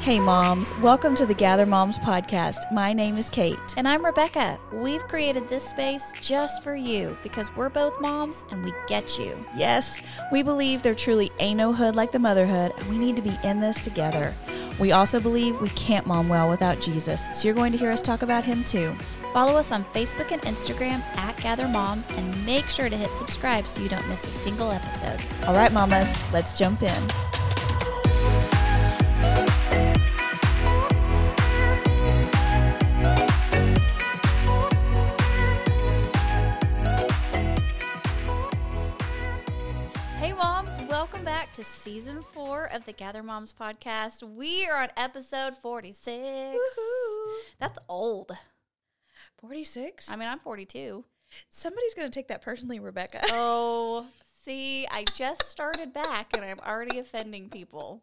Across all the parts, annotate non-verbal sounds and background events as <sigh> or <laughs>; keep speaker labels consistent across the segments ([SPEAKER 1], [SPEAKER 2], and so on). [SPEAKER 1] Hey, moms, welcome to the Gather Moms podcast. My name is Kate.
[SPEAKER 2] And I'm Rebecca. We've created this space just for you because we're both moms and we get you.
[SPEAKER 1] Yes, we believe there truly ain't no hood like the motherhood, and we need to be in this together. We also believe we can't mom well without Jesus, so you're going to hear us talk about him too.
[SPEAKER 2] Follow us on Facebook and Instagram at Gather Moms and make sure to hit subscribe so you don't miss a single episode.
[SPEAKER 1] All right, mamas, let's jump in.
[SPEAKER 2] Hey, moms, welcome back to season four of the Gather Moms podcast. We are on episode 46. That's old.
[SPEAKER 1] 46?
[SPEAKER 2] I mean, I'm 42.
[SPEAKER 1] Somebody's going to take that personally, Rebecca.
[SPEAKER 3] <laughs>
[SPEAKER 2] Oh, see, I just started back and I'm already offending people.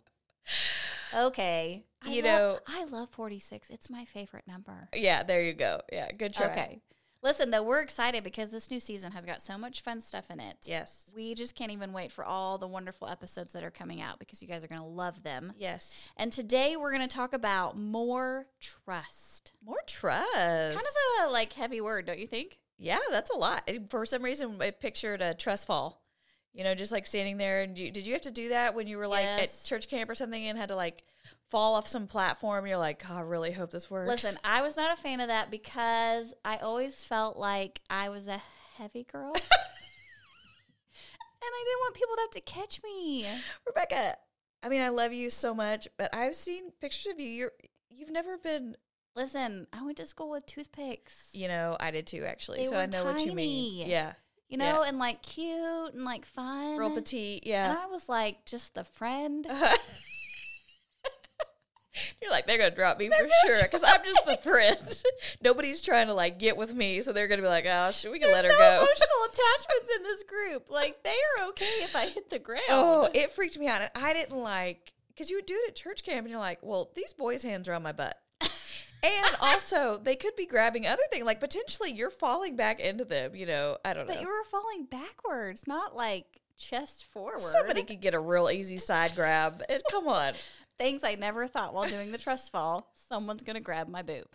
[SPEAKER 2] Okay. I
[SPEAKER 1] You
[SPEAKER 2] love-
[SPEAKER 1] know-
[SPEAKER 2] I love 46. It's my favorite number.
[SPEAKER 1] yeah, there you go. Yeah, good
[SPEAKER 2] Okay. Listen, though, we're excited because this new season has got so much fun stuff in it.
[SPEAKER 1] Yes.
[SPEAKER 2] We just can't even wait for all the wonderful episodes that are coming out because you guys are going to love them.
[SPEAKER 1] Yes.
[SPEAKER 2] And today we're going to talk about more trust.
[SPEAKER 1] More trust.
[SPEAKER 2] Kind of a like heavy word, don't you think?
[SPEAKER 3] Yeah, that's a lot. And For some reason, I pictured a trust fall. You know, just like standing there. And you, did you have to do that when you were like
[SPEAKER 2] Yes.
[SPEAKER 3] at church camp or something and had to like fall off some platform? You're like, "Oh, I really hope this works.
[SPEAKER 2] Listen, I was not a fan of that because I always felt like I was a heavy girl.
[SPEAKER 3] <laughs>
[SPEAKER 2] and I didn't want people to have to catch me.
[SPEAKER 3] Rebecca. I mean, I love you so much, but I've seen pictures of you. You're you've never been.
[SPEAKER 2] Listen, I went to school with toothpicks.
[SPEAKER 3] You know, I did too actually.
[SPEAKER 2] They
[SPEAKER 3] so I
[SPEAKER 2] were
[SPEAKER 3] know what you mean.
[SPEAKER 2] tiny.
[SPEAKER 3] Yeah,
[SPEAKER 2] You know,
[SPEAKER 3] yeah.
[SPEAKER 2] and like cute and like fun.
[SPEAKER 3] real petite.
[SPEAKER 2] And
[SPEAKER 3] Yeah.
[SPEAKER 2] I was like just the friend.
[SPEAKER 3] You're like, they're gonna drop me for sure because I'm just the friend. <laughs> Nobody's trying to like get with me, so they're gonna be like, oh, should we can let her
[SPEAKER 2] no
[SPEAKER 3] go?
[SPEAKER 2] <laughs> emotional attachments in this group. Like they are okay if I hit the ground.
[SPEAKER 3] <laughs> Oh, it freaked me out, and I didn't like because you would do it at church camp, and you're like, well, these boys' hands are on my <laughs> butt. and also, they could be grabbing other things. Like potentially, you're falling back into them. You know, I don't
[SPEAKER 2] but you
[SPEAKER 3] know.
[SPEAKER 2] were falling backwards, not like chest forward.
[SPEAKER 3] Somebody could get a real easy side grab. It, come on.
[SPEAKER 2] things I never thought while doing the trust fall. Someone's gonna grab my boob.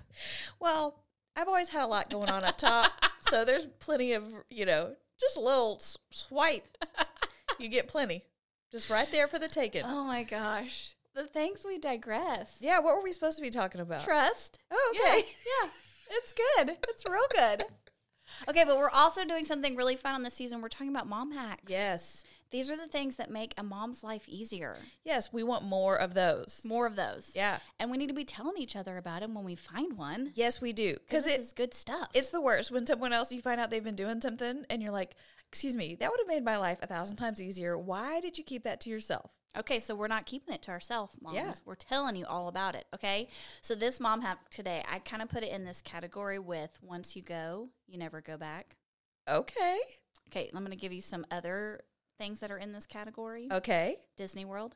[SPEAKER 3] Well, I've always had a lot going on up
[SPEAKER 2] <laughs>
[SPEAKER 3] top, so there's plenty of you know just a little s-
[SPEAKER 2] <laughs>
[SPEAKER 3] swipe. You get plenty, just right there for the taking.
[SPEAKER 2] Oh my gosh, the things we digress.
[SPEAKER 3] Yeah, what were we supposed to be talking about?
[SPEAKER 2] Trust.
[SPEAKER 3] Oh, okay.
[SPEAKER 2] Yeah, yeah, it's good. It's real good. Okay, but we're also doing something really fun on this season. We're talking about mom hacks.
[SPEAKER 3] Yes,
[SPEAKER 2] These are the things that make a mom's life easier.
[SPEAKER 3] yes, we want more of those.
[SPEAKER 2] More of those.
[SPEAKER 3] Yeah.
[SPEAKER 2] And we need to be telling each other about them when we find one.
[SPEAKER 3] Yes, we do. Because
[SPEAKER 2] Because this
[SPEAKER 3] it,
[SPEAKER 2] is good stuff.
[SPEAKER 3] it's the worst when someone else you find out they've been doing something and you're like, "Excuse me, that would have made my life a thousand times easier. Why did you keep that to yourself?"
[SPEAKER 2] okay, so we're not keeping it to ourselves, moms.
[SPEAKER 3] Yeah.
[SPEAKER 2] We're telling you all about it. Okay. So this mom hack today, I kind of put it in this category with once you go, you never go back.
[SPEAKER 3] Okay,
[SPEAKER 2] Okay, I'm gonna give you some other things that are in this category.
[SPEAKER 3] okay,
[SPEAKER 2] Disney World.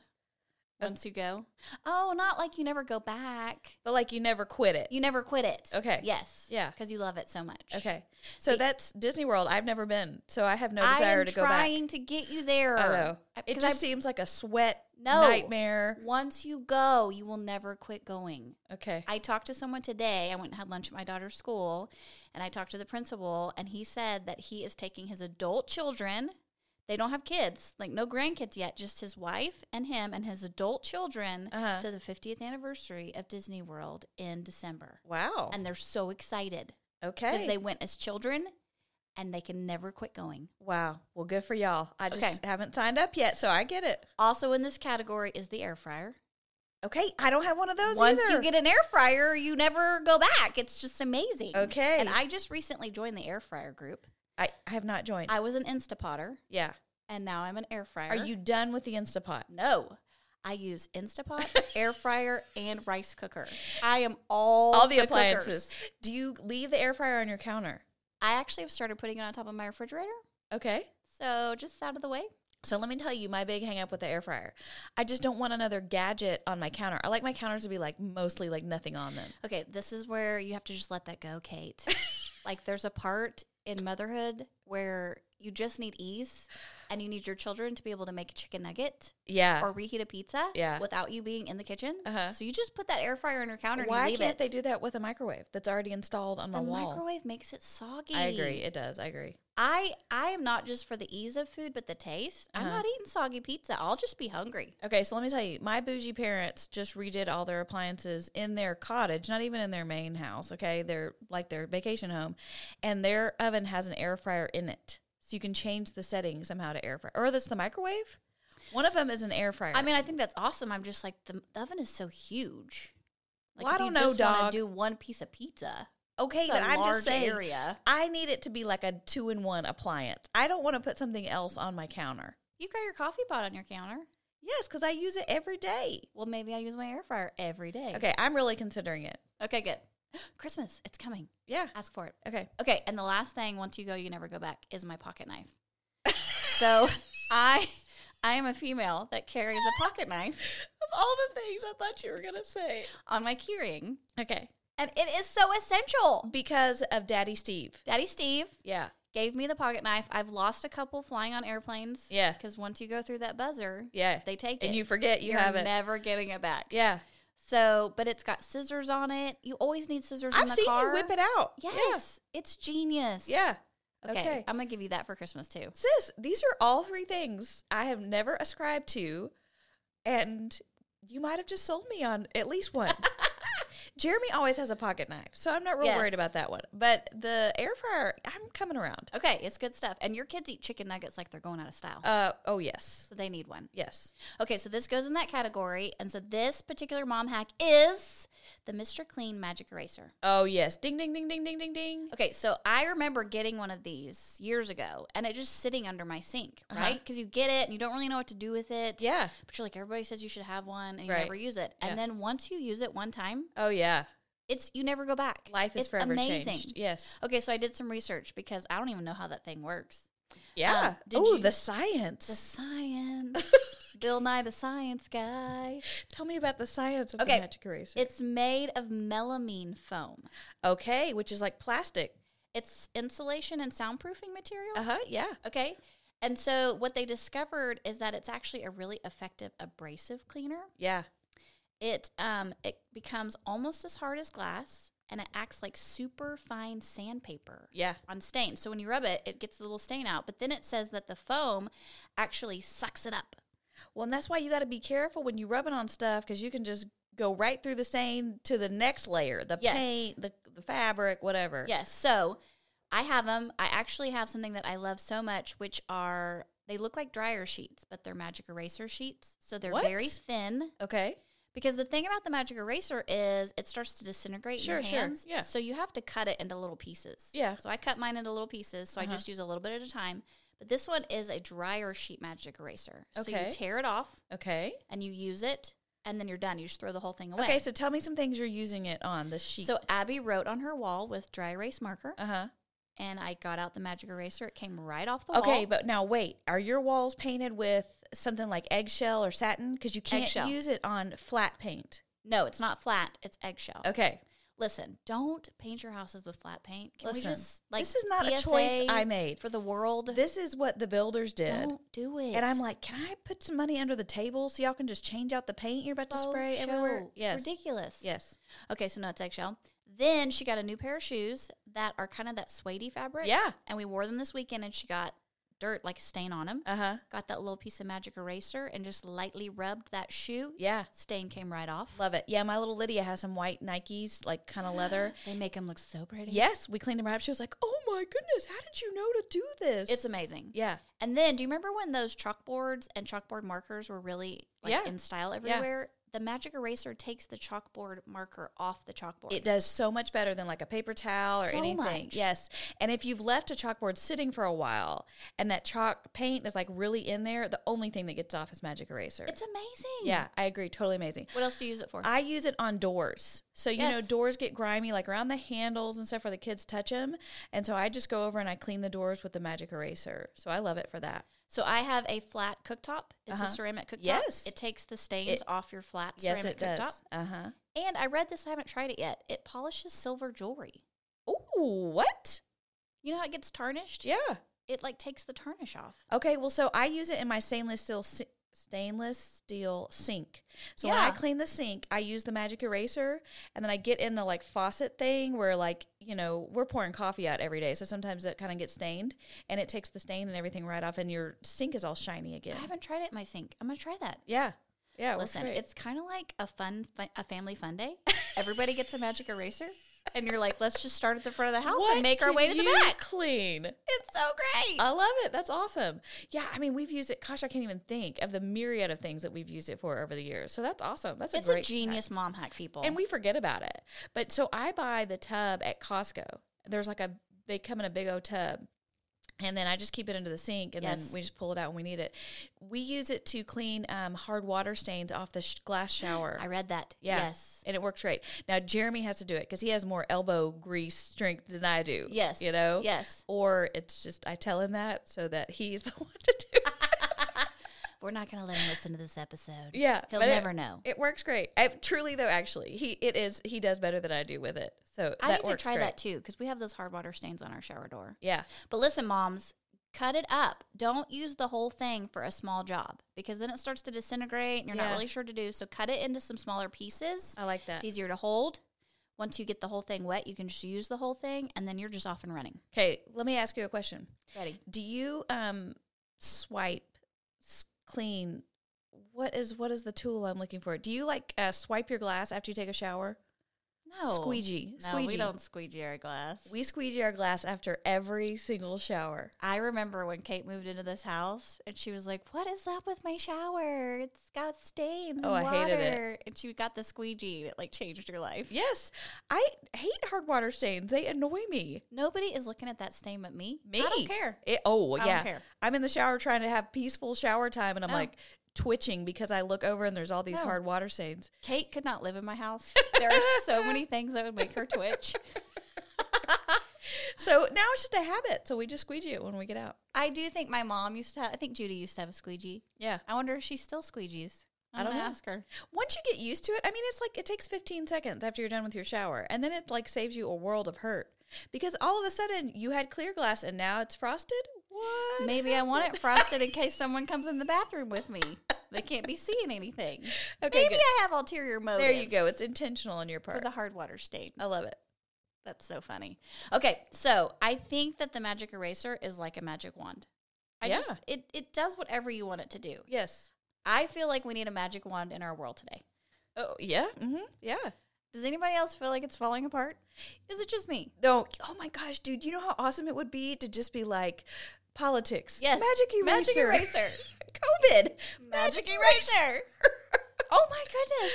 [SPEAKER 2] Once you go. Oh, not like you never go back.
[SPEAKER 3] but like you never quit it.
[SPEAKER 2] You never quit it.
[SPEAKER 3] Okay.
[SPEAKER 2] Yes.
[SPEAKER 3] Yeah.
[SPEAKER 2] Because you love it so much.
[SPEAKER 3] Okay. So that's Disney World. I've never been, so I have no
[SPEAKER 2] I
[SPEAKER 3] desire
[SPEAKER 2] am
[SPEAKER 3] to go back.
[SPEAKER 2] trying to get you there.
[SPEAKER 3] I know.
[SPEAKER 2] I-
[SPEAKER 3] It
[SPEAKER 2] 'cause
[SPEAKER 3] just
[SPEAKER 2] I-
[SPEAKER 3] seems like a sweat
[SPEAKER 2] No.
[SPEAKER 3] nightmare.
[SPEAKER 2] Once you go, you will never quit going.
[SPEAKER 3] Okay.
[SPEAKER 2] I talked to someone today. I went and had lunch at my daughter's school, and I talked to the principal, and he said that he is taking his adult children. They don't have kids, like no grandkids yet, just his wife and him and his adult children
[SPEAKER 3] Uh-huh.
[SPEAKER 2] to the 50th anniversary of Disney World in December.
[SPEAKER 3] wow.
[SPEAKER 2] And they're so excited because
[SPEAKER 3] okay.
[SPEAKER 2] they went as children and they can never quit going.
[SPEAKER 3] wow. Well, good for y'all. I just
[SPEAKER 2] Okay.
[SPEAKER 3] haven't signed up yet, so I get it.
[SPEAKER 2] Also, in this category is the air fryer.
[SPEAKER 3] Okay. I don't have one of those
[SPEAKER 2] Once
[SPEAKER 3] either.
[SPEAKER 2] you get an air fryer, you never go back. It's just amazing.
[SPEAKER 3] Okay.
[SPEAKER 2] And I just recently joined the air fryer group.
[SPEAKER 3] I, I have not joined.
[SPEAKER 2] I was an Instapotter
[SPEAKER 3] yeah.
[SPEAKER 2] and now I'm an air fryer.
[SPEAKER 3] Are you done with the Instapot?
[SPEAKER 2] No. I use <laughs> Instapot, air fryer, and rice cooker. I am all
[SPEAKER 3] All the
[SPEAKER 2] cookers.
[SPEAKER 3] appliances. Do you leave the air fryer on your counter?
[SPEAKER 2] I actually have started putting it on top of my refrigerator.
[SPEAKER 3] Okay.
[SPEAKER 2] So just out of the way.
[SPEAKER 3] So let me tell you my big hang up with the air fryer. I just don't want another gadget on my counter. I like my counters to be like mostly like nothing on them.
[SPEAKER 2] Okay, this is where you have to just let that go, <laughs> Kate. like there's a part in motherhood where you just need ease and you need your children to be able to make a chicken nugget
[SPEAKER 3] Yeah.
[SPEAKER 2] or reheat a pizza
[SPEAKER 3] Yeah.
[SPEAKER 2] without you being in the kitchen.
[SPEAKER 3] Uh-huh.
[SPEAKER 2] So you just put that air fryer on your counter and
[SPEAKER 3] Why
[SPEAKER 2] you leave
[SPEAKER 3] can't
[SPEAKER 2] it.
[SPEAKER 3] they do that with a microwave that's already installed on the,
[SPEAKER 2] the
[SPEAKER 3] wall?
[SPEAKER 2] microwave makes it soggy.
[SPEAKER 3] I agree. It does. I agree.
[SPEAKER 2] I I am not just for the ease of food, but the taste. I'm
[SPEAKER 3] Uh-huh.
[SPEAKER 2] not eating soggy pizza. I'll just be hungry.
[SPEAKER 3] Okay, so let me tell you, my bougie parents just redid all their appliances in their cottage, not even in their main house, okay? Their like their vacation home. And their oven has an air fryer in it. So you can change the setting somehow to air fryer. Or that's the microwave? One of them is an air fryer.
[SPEAKER 2] I mean, I think that's awesome. I'm just like the, the oven is so huge. Like
[SPEAKER 3] Well, I
[SPEAKER 2] if
[SPEAKER 3] don't
[SPEAKER 2] you
[SPEAKER 3] know,
[SPEAKER 2] just wanna
[SPEAKER 3] dog.
[SPEAKER 2] Do one piece of pizza.
[SPEAKER 3] okay,
[SPEAKER 2] It's
[SPEAKER 3] but
[SPEAKER 2] a
[SPEAKER 3] I'm
[SPEAKER 2] large
[SPEAKER 3] just saying
[SPEAKER 2] area.
[SPEAKER 3] I need it to be like a two in one appliance. I don't want to put something else on my counter.
[SPEAKER 2] You got your coffee pot on your counter.
[SPEAKER 3] Yes, because I use it every day.
[SPEAKER 2] Well, maybe I use my air fryer every day.
[SPEAKER 3] Okay, I'm really considering it.
[SPEAKER 2] Okay, good. <gasps> Christmas, it's coming.
[SPEAKER 3] Yeah.
[SPEAKER 2] Ask for it.
[SPEAKER 3] Okay.
[SPEAKER 2] Okay, and the last thing, once you go, you never go back, is my pocket knife.
[SPEAKER 3] <laughs>
[SPEAKER 2] so I I am a female that carries a pocket knife
[SPEAKER 3] Of all the things I thought you were gonna say.
[SPEAKER 2] on my keyring.
[SPEAKER 3] Okay.
[SPEAKER 2] And it is so essential.
[SPEAKER 3] Because of Daddy Steve.
[SPEAKER 2] Daddy Steve
[SPEAKER 3] Yeah.
[SPEAKER 2] gave me the pocket knife. I've lost a couple flying on airplanes.
[SPEAKER 3] Yeah.
[SPEAKER 2] Because once you go through that buzzer,
[SPEAKER 3] Yeah.
[SPEAKER 2] they take
[SPEAKER 3] and
[SPEAKER 2] it.
[SPEAKER 3] you forget you
[SPEAKER 2] You're
[SPEAKER 3] have it.
[SPEAKER 2] never getting it back.
[SPEAKER 3] yeah.
[SPEAKER 2] So, but it's got scissors on it. You always need scissors in
[SPEAKER 3] I've
[SPEAKER 2] the
[SPEAKER 3] seen
[SPEAKER 2] car.
[SPEAKER 3] you whip it out.
[SPEAKER 2] Yes. It's genius.
[SPEAKER 3] Yeah. yeah.
[SPEAKER 2] Okay.
[SPEAKER 3] Okay.
[SPEAKER 2] I'm going to give you that for Christmas too.
[SPEAKER 3] Sis, these are all three things I have never ascribed to, and you might have just sold me on at least
[SPEAKER 2] <laughs>
[SPEAKER 3] one. Jeremy always has a pocket knife, so I'm not real
[SPEAKER 2] Yes.
[SPEAKER 3] worried about that one. But the air fryer, I'm coming around.
[SPEAKER 2] Okay, it's good stuff. And your kids eat chicken nuggets like they're going out of style.
[SPEAKER 3] Uh oh yes.
[SPEAKER 2] so they need one.
[SPEAKER 3] Yes.
[SPEAKER 2] Okay, so this goes in that category. And so this particular mom hack is the Mr. Clean Magic Eraser.
[SPEAKER 3] Oh yes. Ding ding ding ding ding ding ding.
[SPEAKER 2] Okay, so I remember getting one of these years ago and it just sitting under my sink,
[SPEAKER 3] Uh-huh.
[SPEAKER 2] right? Because you get it and you don't really know what to do with it.
[SPEAKER 3] Yeah.
[SPEAKER 2] But you're like, everybody says you should have one and you
[SPEAKER 3] Right.
[SPEAKER 2] never use it.
[SPEAKER 3] Yeah.
[SPEAKER 2] And then once you use it one time,
[SPEAKER 3] Oh yeah.
[SPEAKER 2] it's you never go back.
[SPEAKER 3] Life is
[SPEAKER 2] it's
[SPEAKER 3] forever
[SPEAKER 2] amazing. Um,
[SPEAKER 3] changed. Yes.
[SPEAKER 2] Okay, so I did some research because I don't even know how that thing works.
[SPEAKER 3] Yeah.
[SPEAKER 2] Um, did
[SPEAKER 3] oh,
[SPEAKER 2] you-
[SPEAKER 3] the science.
[SPEAKER 2] The science. Bill Nye the science guy.
[SPEAKER 3] Tell me about the science of
[SPEAKER 2] Okay.
[SPEAKER 3] the magic eraser.
[SPEAKER 2] It's made of melamine foam.
[SPEAKER 3] okay, which is like plastic.
[SPEAKER 2] It's insulation and soundproofing material.
[SPEAKER 3] Uh huh. Yeah.
[SPEAKER 2] Okay. And so what they discovered is that it's actually a really effective abrasive cleaner.
[SPEAKER 3] Yeah.
[SPEAKER 2] It um it becomes almost as hard as glass and it acts like super fine sandpaper.
[SPEAKER 3] Yeah.
[SPEAKER 2] on stain. So when you rub it, it gets the little stain out. But then it says that the foam actually sucks it up.
[SPEAKER 3] Well, and that's why you got to be careful when you rub it on stuff because you can just go right through the stain to the next layer, the
[SPEAKER 2] Yes.
[SPEAKER 3] paint, the, the fabric, whatever.
[SPEAKER 2] Yes. So I have them. I actually have something that I love so much, which are they look like dryer sheets, but they're magic eraser sheets. So they're
[SPEAKER 3] What?
[SPEAKER 2] very thin.
[SPEAKER 3] Okay.
[SPEAKER 2] Because the thing about the magic eraser is it starts to disintegrate in
[SPEAKER 3] Sure,
[SPEAKER 2] your
[SPEAKER 3] sure.
[SPEAKER 2] hands.
[SPEAKER 3] Yeah.
[SPEAKER 2] So you have to cut it into little pieces.
[SPEAKER 3] Yeah.
[SPEAKER 2] So I cut mine into little pieces. So I
[SPEAKER 3] Uh-huh.
[SPEAKER 2] just use a little bit at a time. But this one is a dryer sheet magic eraser. So
[SPEAKER 3] Okay.
[SPEAKER 2] you tear it off
[SPEAKER 3] Okay.
[SPEAKER 2] and you use it and then you're done. You just throw the whole thing away.
[SPEAKER 3] Okay. So tell me some things you're using it on the sheet.
[SPEAKER 2] So Abby wrote on her wall with dry erase marker
[SPEAKER 3] uh huh.
[SPEAKER 2] and I got out the magic eraser. It came right off the wall.
[SPEAKER 3] Okay, but now wait. Are your walls painted with something like eggshell or satin? Because you can't
[SPEAKER 2] Eggshell.
[SPEAKER 3] use it on flat paint.
[SPEAKER 2] No, it's not flat, it's eggshell.
[SPEAKER 3] Okay.
[SPEAKER 2] Listen, don't paint your houses with flat paint. Can
[SPEAKER 3] Listen,
[SPEAKER 2] we just like
[SPEAKER 3] this is not a choice
[SPEAKER 2] PSA
[SPEAKER 3] I made.
[SPEAKER 2] for the world?
[SPEAKER 3] This is what the builders did.
[SPEAKER 2] don't do it.
[SPEAKER 3] And I'm like, can I put some money under the table so y'all can just change out the paint you're about to
[SPEAKER 2] Faux
[SPEAKER 3] spray everywhere?
[SPEAKER 2] show. It's ridiculous.
[SPEAKER 3] Yes.
[SPEAKER 2] Okay, so no, it's eggshell. Then she got a new pair of shoes that are kind of that suede fabric.
[SPEAKER 3] Yeah.
[SPEAKER 2] And we wore them this weekend and she got dirt like a stain on them.
[SPEAKER 3] Uh huh.
[SPEAKER 2] got that little piece of magic eraser and just lightly rubbed that shoe.
[SPEAKER 3] Yeah.
[SPEAKER 2] Stain came right off.
[SPEAKER 3] Love it. Yeah, my little Lydia has some white Nikes, like kind
[SPEAKER 2] <gasps>
[SPEAKER 3] of leather.
[SPEAKER 2] They make them look so pretty.
[SPEAKER 3] Yes, we cleaned them right up. She was like, oh my goodness, how did you know to do this?
[SPEAKER 2] It's amazing.
[SPEAKER 3] Yeah.
[SPEAKER 2] And then do you remember when those chalkboards and chalkboard markers were really like
[SPEAKER 3] Yeah.
[SPEAKER 2] in style everywhere? The magic eraser takes the chalkboard marker off the chalkboard.
[SPEAKER 3] It does so much better than like a paper towel or
[SPEAKER 2] So
[SPEAKER 3] anything.
[SPEAKER 2] much.
[SPEAKER 3] Yes. And if you've left a chalkboard sitting for a while and that chalk paint is like really in there, the only thing that gets off is magic eraser.
[SPEAKER 2] It's amazing.
[SPEAKER 3] yeah, I agree. Totally amazing.
[SPEAKER 2] What else do you use it for?
[SPEAKER 3] I use it on doors. So, you know,
[SPEAKER 2] Yes.
[SPEAKER 3] doors get grimy, like around the handles and stuff where the kids touch them. And so I just go over and I clean the doors with the magic eraser. So I love it for that.
[SPEAKER 2] so I have a flat cooktop. It's
[SPEAKER 3] Uh-huh.
[SPEAKER 2] a ceramic cooktop.
[SPEAKER 3] Yes.
[SPEAKER 2] It takes the
[SPEAKER 3] It-
[SPEAKER 2] stains off your flat
[SPEAKER 3] yes,
[SPEAKER 2] ceramic
[SPEAKER 3] it
[SPEAKER 2] cooktop.
[SPEAKER 3] does. Uh huh.
[SPEAKER 2] And I read this, I haven't tried it yet. It polishes silver jewelry.
[SPEAKER 3] Ooh, what?
[SPEAKER 2] You know how it gets tarnished?
[SPEAKER 3] Yeah.
[SPEAKER 2] it like takes the tarnish off.
[SPEAKER 3] Okay, well, so I use it in my stainless steel si- stainless steel sink. So when I
[SPEAKER 2] Yeah.
[SPEAKER 3] clean the sink, I use the magic eraser, and then I get in the like faucet thing where like you know we're pouring coffee out every day, so sometimes that kind of gets stained, and it takes the stain and everything right off, and your sink is all shiny again.
[SPEAKER 2] I haven't tried it in my sink. I'm gonna try that.
[SPEAKER 3] yeah, yeah. it works
[SPEAKER 2] Listen,
[SPEAKER 3] Oh, great.
[SPEAKER 2] it's kind of like a fun, fun, a family fun day. Everybody gets a magic eraser, and you're like, let's just start at the front of the house
[SPEAKER 3] What
[SPEAKER 2] and make our
[SPEAKER 3] can
[SPEAKER 2] way to the
[SPEAKER 3] you Oh,
[SPEAKER 2] back.
[SPEAKER 3] Clean.
[SPEAKER 2] It's so great.
[SPEAKER 3] I love it. That's awesome. Yeah, I mean, we've used it. Gosh, I can't even think of the myriad of things that we've used it for over the years. So that's awesome. That's
[SPEAKER 2] it's
[SPEAKER 3] a
[SPEAKER 2] a,
[SPEAKER 3] great
[SPEAKER 2] genius mom hack, people.
[SPEAKER 3] and we forget about it. But so I buy the tub at Costco. There's like a they come in a big old tub. And then I just keep it under the sink, and then
[SPEAKER 2] Yes.
[SPEAKER 3] we just pull it out when we need it. We use it to clean um, hard water stains off the sh- glass shower.
[SPEAKER 2] I read that.
[SPEAKER 3] Yeah.
[SPEAKER 2] Yes.
[SPEAKER 3] and it works great. Now Jeremy has to do it because he has more elbow grease strength than I do.
[SPEAKER 2] Yes.
[SPEAKER 3] you know.
[SPEAKER 2] Yes.
[SPEAKER 3] Or it's just I tell him that so that he's <laughs> the one to do. it.
[SPEAKER 2] We're not gonna let him listen to this episode.
[SPEAKER 3] Yeah,
[SPEAKER 2] He'll
[SPEAKER 3] but it-
[SPEAKER 2] never know.
[SPEAKER 3] It works great. I, truly though, actually, he it is he does better than I do with it. So
[SPEAKER 2] I
[SPEAKER 3] that
[SPEAKER 2] need to
[SPEAKER 3] works
[SPEAKER 2] try
[SPEAKER 3] great.
[SPEAKER 2] that too because we have those hard water stains on our shower door.
[SPEAKER 3] Yeah.
[SPEAKER 2] But listen, moms, cut it up. Don't use the whole thing for a small job because then it starts to disintegrate and you're
[SPEAKER 3] Yeah.
[SPEAKER 2] not really sure to do. So cut it into some smaller pieces.
[SPEAKER 3] I like that.
[SPEAKER 2] It's easier to hold. Once you get the whole thing wet, you can just use the whole thing and then you're just off and running.
[SPEAKER 3] Okay, let me ask you a question.
[SPEAKER 2] Ready?
[SPEAKER 3] Do you um swipe s- clean? What is what is the tool I'm looking for? Do you like uh, swipe your glass after you take a shower?
[SPEAKER 2] No.
[SPEAKER 3] Squeegee.
[SPEAKER 2] No,
[SPEAKER 3] squeegee.
[SPEAKER 2] we don't squeegee our glass.
[SPEAKER 3] We squeegee our glass after every single shower.
[SPEAKER 2] I remember when Kate moved into this house and she was like, What is up with my shower? It's got stains.
[SPEAKER 3] Oh,
[SPEAKER 2] and
[SPEAKER 3] I
[SPEAKER 2] water.
[SPEAKER 3] hated it.
[SPEAKER 2] And she got the squeegee and it like changed her life.
[SPEAKER 3] Yes, I hate hard water stains. They annoy me.
[SPEAKER 2] Nobody is looking at that stain but me.
[SPEAKER 3] Me,
[SPEAKER 2] I don't care.
[SPEAKER 3] It, oh well,
[SPEAKER 2] I don't
[SPEAKER 3] yeah, Oh.
[SPEAKER 2] care.
[SPEAKER 3] I'm in the shower trying to have peaceful shower time, and I'm
[SPEAKER 2] No.
[SPEAKER 3] like twitching because I look over and there's all these
[SPEAKER 2] No.
[SPEAKER 3] hard water stains.
[SPEAKER 2] Kate could not live in my house. <laughs> There are so many things that would make her twitch.
[SPEAKER 3] So now it's just a habit. So we just squeegee it when we get out.
[SPEAKER 2] I do think my mom used to have, I think Judy used to have a squeegee.
[SPEAKER 3] Yeah.
[SPEAKER 2] I wonder if she still squeegees. I'm
[SPEAKER 3] I don't
[SPEAKER 2] gonna
[SPEAKER 3] know.
[SPEAKER 2] ask her.
[SPEAKER 3] Once you get used to it, I mean, it's like it takes 15 seconds after you're done with your shower, and then it like saves you a world of hurt because all of a sudden you had clear glass and now it's frosted. What?
[SPEAKER 2] Maybe I want it
[SPEAKER 3] <laughs>
[SPEAKER 2] frosted in case someone comes in the bathroom with me. They can't be seeing anything.
[SPEAKER 3] <laughs> Okay,
[SPEAKER 2] Maybe
[SPEAKER 3] good.
[SPEAKER 2] I have ulterior motives.
[SPEAKER 3] There you go. It's Oh. intentional on your
[SPEAKER 2] Oh, for
[SPEAKER 3] part.
[SPEAKER 2] the hard water stain.
[SPEAKER 3] I love it.
[SPEAKER 2] That's so funny. Okay, so I think that the magic eraser is like a magic wand. I
[SPEAKER 3] Yeah.
[SPEAKER 2] just it it does whatever you want it to do.
[SPEAKER 3] Yes.
[SPEAKER 2] I feel like we need a magic wand in our world today.
[SPEAKER 3] Oh yeah. hmm Yeah.
[SPEAKER 2] Does anybody else feel like it's falling apart? Is it just me?
[SPEAKER 3] No. Oh my gosh, dude. You know how awesome it would be to just be like politics.
[SPEAKER 2] Yes.
[SPEAKER 3] Magic eraser.
[SPEAKER 2] Magic eraser.
[SPEAKER 3] COVID.
[SPEAKER 2] Magic eraser. <laughs> oh my goodness.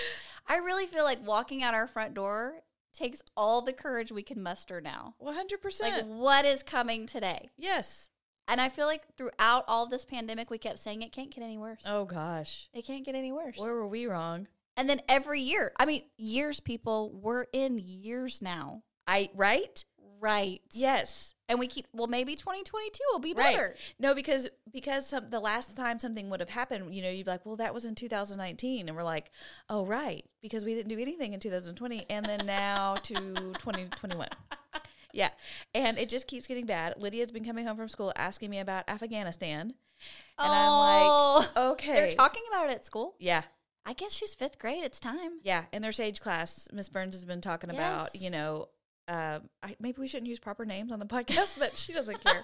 [SPEAKER 2] I really feel like walking out our front door takes all the courage we can muster now.
[SPEAKER 3] <laughs> One hundred
[SPEAKER 2] Like
[SPEAKER 3] percent.
[SPEAKER 2] what is coming today?
[SPEAKER 3] Yes.
[SPEAKER 2] And I feel like throughout all this pandemic we kept saying it can't get any worse.
[SPEAKER 3] Oh gosh.
[SPEAKER 2] It can't get any worse.
[SPEAKER 3] Where were we wrong?
[SPEAKER 2] And then every year, I mean, years, people, we're in years now.
[SPEAKER 3] I right.
[SPEAKER 2] Right.
[SPEAKER 3] Yes.
[SPEAKER 2] And we keep, well, maybe 2022 will be
[SPEAKER 3] Right.
[SPEAKER 2] better.
[SPEAKER 3] No, because because some, the last time something would have happened, you know, you'd be like, well, that was in 2019, and we're like, oh, right, because we didn't do anything in 2020, and then now <laughs> to 2021. Yeah, and it just keeps getting bad. Lydia's been coming home from school asking me about Afghanistan, and I'm like, okay,
[SPEAKER 2] Oh. They're talking about it at school.
[SPEAKER 3] yeah,
[SPEAKER 2] I guess she's fifth grade. It's time.
[SPEAKER 3] yeah. In their Sage class, Miss Burns has been talking about,
[SPEAKER 2] Yes.
[SPEAKER 3] you know, um, I, maybe we shouldn't use proper names on the <laughs> podcast, but she doesn't
[SPEAKER 2] <laughs>
[SPEAKER 3] care.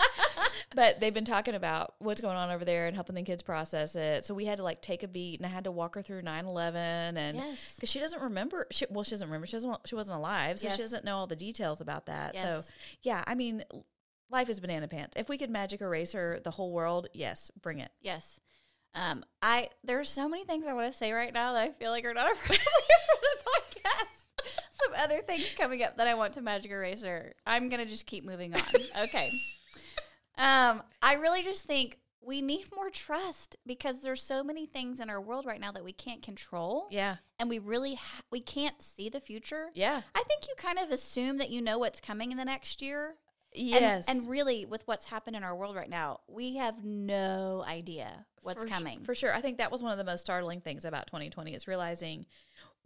[SPEAKER 3] but they've been talking about what's going on over there and helping the kids process it. So we had to like take a beat, and I had to walk her through 9-11 and
[SPEAKER 2] Yes.
[SPEAKER 3] because she doesn't remember. She, well, she doesn't remember. She doesn't. She wasn't alive, so
[SPEAKER 2] Yes.
[SPEAKER 3] she doesn't know all the details about that. So
[SPEAKER 2] Yes.
[SPEAKER 3] yeah, I mean, l- life is banana pants. If we could magic eraser the whole world, yes, bring it.
[SPEAKER 2] Yes. Um, I there are so many things I want to say right now that I feel like are not <laughs> appropriate for the podcast. Some other things coming up that I want to magic eraser. I'm gonna just keep moving on. Okay. um, I really just think we need more trust because there's so many things in our world right now that we can't control,
[SPEAKER 3] Yeah,
[SPEAKER 2] and we really ha- we can't see the future.
[SPEAKER 3] yeah,
[SPEAKER 2] I think you kind of assume that you know what's coming in the next year, and-
[SPEAKER 3] yes.
[SPEAKER 2] And, really, with what's happened in our world right now, we have no idea what's
[SPEAKER 3] for su-
[SPEAKER 2] coming.
[SPEAKER 3] for sure. I think that was one of the most startling things about 2020 is realizing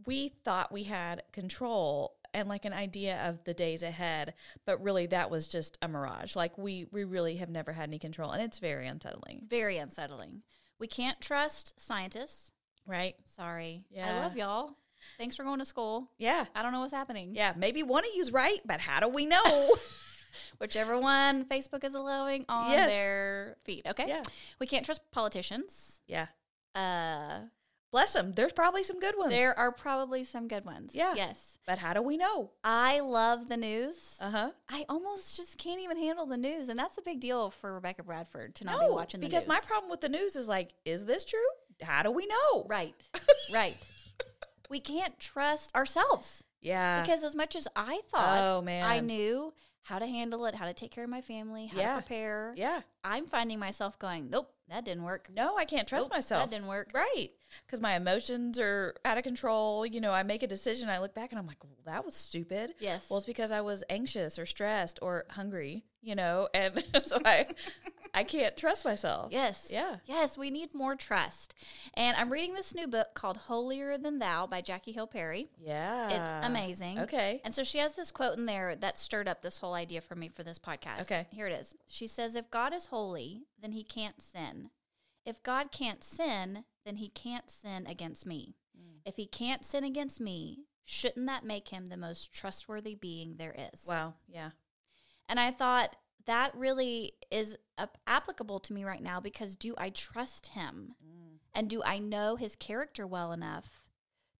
[SPEAKER 3] we thought we had control and like an idea of the days ahead, but really that was just a mirage. Like we we really have never had any control and it's very unsettling,
[SPEAKER 2] Very unsettling. We can't trust scientists.
[SPEAKER 3] right?
[SPEAKER 2] Sorry. I
[SPEAKER 3] Yeah.
[SPEAKER 2] love y'all. Thanks for going to school.
[SPEAKER 3] Yeah.
[SPEAKER 2] I don't know what's happening.
[SPEAKER 3] Yeah, maybe one of you's right, but how do we know?
[SPEAKER 2] <laughs> Whichever one Facebook is allowing on
[SPEAKER 3] Yes.
[SPEAKER 2] their feed. Okay.
[SPEAKER 3] Yeah.
[SPEAKER 2] We can't trust politicians.
[SPEAKER 3] yeah.
[SPEAKER 2] Uh,
[SPEAKER 3] Bless them. There's probably some good ones.
[SPEAKER 2] there are probably some good ones.
[SPEAKER 3] Yeah.
[SPEAKER 2] Yes.
[SPEAKER 3] But how do we know?
[SPEAKER 2] I love the news.
[SPEAKER 3] Uh-huh.
[SPEAKER 2] I almost just can't even handle the news, and that's a big deal for Rebecca Bradford to not
[SPEAKER 3] No,
[SPEAKER 2] be watching the
[SPEAKER 3] because
[SPEAKER 2] news.
[SPEAKER 3] my problem with the news is like, is this true? How do we know? <laughs>
[SPEAKER 2] Right. Right. we can't trust ourselves
[SPEAKER 3] Yeah.
[SPEAKER 2] because as much as I thought
[SPEAKER 3] Oh,
[SPEAKER 2] I
[SPEAKER 3] man.
[SPEAKER 2] knew how to handle it, how to take care of my family, how
[SPEAKER 3] Yeah.
[SPEAKER 2] to prepare,
[SPEAKER 3] yeah.
[SPEAKER 2] I'm finding myself going, nope, that didn't work.
[SPEAKER 3] No, I can't trust
[SPEAKER 2] Nope,
[SPEAKER 3] myself.
[SPEAKER 2] That didn't work.
[SPEAKER 3] Right. Because my emotions are out of control. You know, I make a decision, I look back and I'm like, well, that was stupid.
[SPEAKER 2] Yes.
[SPEAKER 3] Well, it's because I was anxious or stressed or hungry, you know, and <laughs> so I I can't trust myself.
[SPEAKER 2] Yes.
[SPEAKER 3] Yeah.
[SPEAKER 2] Yes, we need more trust. And I'm reading this new book called Holier Than Thou by Jackie Hill Perry.
[SPEAKER 3] Yeah.
[SPEAKER 2] amazing.
[SPEAKER 3] Ah, Okay.
[SPEAKER 2] And so she has this quote in there that stirred up this whole idea for me for this podcast.
[SPEAKER 3] Okay.
[SPEAKER 2] Here it is. She says, If God is holy, then he can't sin. If God can't sin, then he can't sin against me.
[SPEAKER 3] Mm.
[SPEAKER 2] If he can't sin against me, shouldn't that make him the most trustworthy being there is?
[SPEAKER 3] Wow. Yeah.
[SPEAKER 2] And I thought that really is ap- applicable to me right now because do I trust him?
[SPEAKER 3] Mm.
[SPEAKER 2] And do I know his character well enough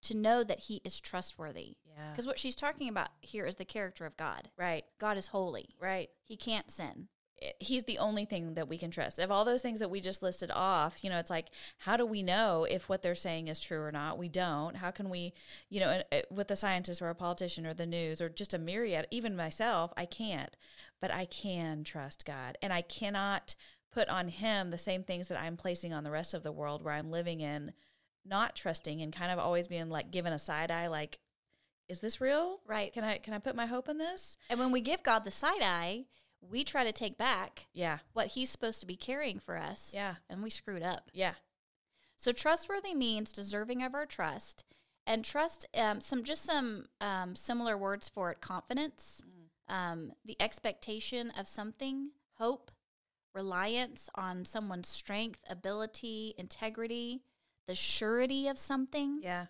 [SPEAKER 2] to know that he is trustworthy?
[SPEAKER 3] Yeah.
[SPEAKER 2] Because what she's talking about here is the character of God.
[SPEAKER 3] Right.
[SPEAKER 2] God is holy,
[SPEAKER 3] Right.
[SPEAKER 2] he can't sin.
[SPEAKER 3] it- he's the only thing that we can trust. Of all those things that we just listed off, you know, it's like, how do we know if what they're saying is true or not? We don't. How can we, you know, and, uh, with a scientist or a politician or the news or just a myriad, even myself, I can't, but I can trust God and I cannot put on him the same things that I'm placing on the rest of the world where I'm living in, not trusting and kind of always being like given a side eye, like, is this real?
[SPEAKER 2] Right.
[SPEAKER 3] Can I, can I put my hope in this?
[SPEAKER 2] And when we give God the side eye, we try to take back
[SPEAKER 3] Yeah.
[SPEAKER 2] what he's supposed to be carrying for us.
[SPEAKER 3] Yeah.
[SPEAKER 2] And we screwed up.
[SPEAKER 3] Yeah.
[SPEAKER 2] So trustworthy means deserving of our trust, and trust um, some just some um, similar words for it: confidence,
[SPEAKER 3] Mm.
[SPEAKER 2] um, the expectation of something, hope, reliance on someone's strength, ability, integrity, the surety of something.
[SPEAKER 3] Yeah.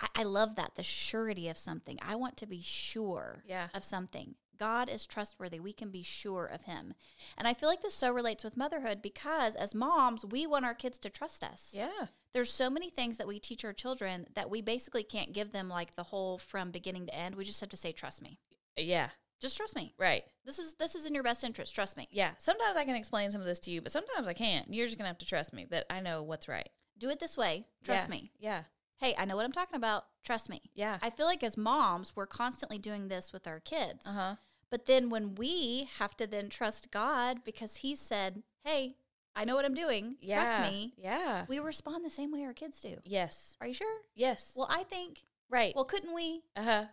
[SPEAKER 2] I, I love that the surety of something. I want to be sure
[SPEAKER 3] Yeah.
[SPEAKER 2] of something. God is trustworthy. We can be sure of Him, and I feel like this so relates with motherhood because as moms, we want our kids to trust us
[SPEAKER 3] Yeah.
[SPEAKER 2] there's so many things that we teach our children that we basically can't give them like the whole from beginning to end. We just have to say, trust me.
[SPEAKER 3] Yeah.
[SPEAKER 2] Just trust me.
[SPEAKER 3] Right.
[SPEAKER 2] This is this is in your best interest. Trust me.
[SPEAKER 3] Yeah. Sometimes I can explain some of this to you, but sometimes I can't. You're just going to have to trust me that I know what's right.
[SPEAKER 2] Do it this way. Trust
[SPEAKER 3] Yeah.
[SPEAKER 2] me.
[SPEAKER 3] Yeah.
[SPEAKER 2] Hey, I know what I'm talking about. Trust me.
[SPEAKER 3] Yeah.
[SPEAKER 2] I feel like as moms, we're constantly doing this with our kids.
[SPEAKER 3] Uh huh.
[SPEAKER 2] But then when we have to then trust God because He said, "Hey, I know what I'm doing.
[SPEAKER 3] Yeah.
[SPEAKER 2] Trust me."
[SPEAKER 3] Yeah.
[SPEAKER 2] We respond the same way our kids do.
[SPEAKER 3] Yes.
[SPEAKER 2] Are you sure?
[SPEAKER 3] Yes.
[SPEAKER 2] Well, I think.
[SPEAKER 3] right.
[SPEAKER 2] Well, couldn't we?
[SPEAKER 3] uh huh.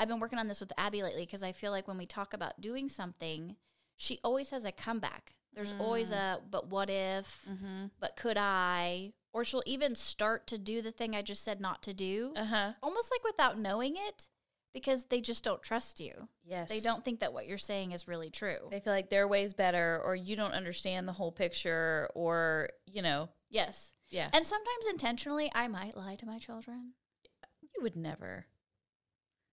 [SPEAKER 2] I've been working on this with Abby lately because I feel like when we talk about doing something, she always has a comeback. There's always
[SPEAKER 3] Mm.
[SPEAKER 2] a but what if,
[SPEAKER 3] Mm-hmm.
[SPEAKER 2] but could I, or she'll even start to do the thing I just said not to do,
[SPEAKER 3] Uh huh.
[SPEAKER 2] almost like without knowing it, because they just don't trust you.
[SPEAKER 3] Yes.
[SPEAKER 2] They don't think that what you're saying is really true.
[SPEAKER 3] They feel like their way's better, or you don't understand the whole picture, or you know.
[SPEAKER 2] yes.
[SPEAKER 3] Yeah.
[SPEAKER 2] And sometimes intentionally, I might lie to my children.
[SPEAKER 3] you would never.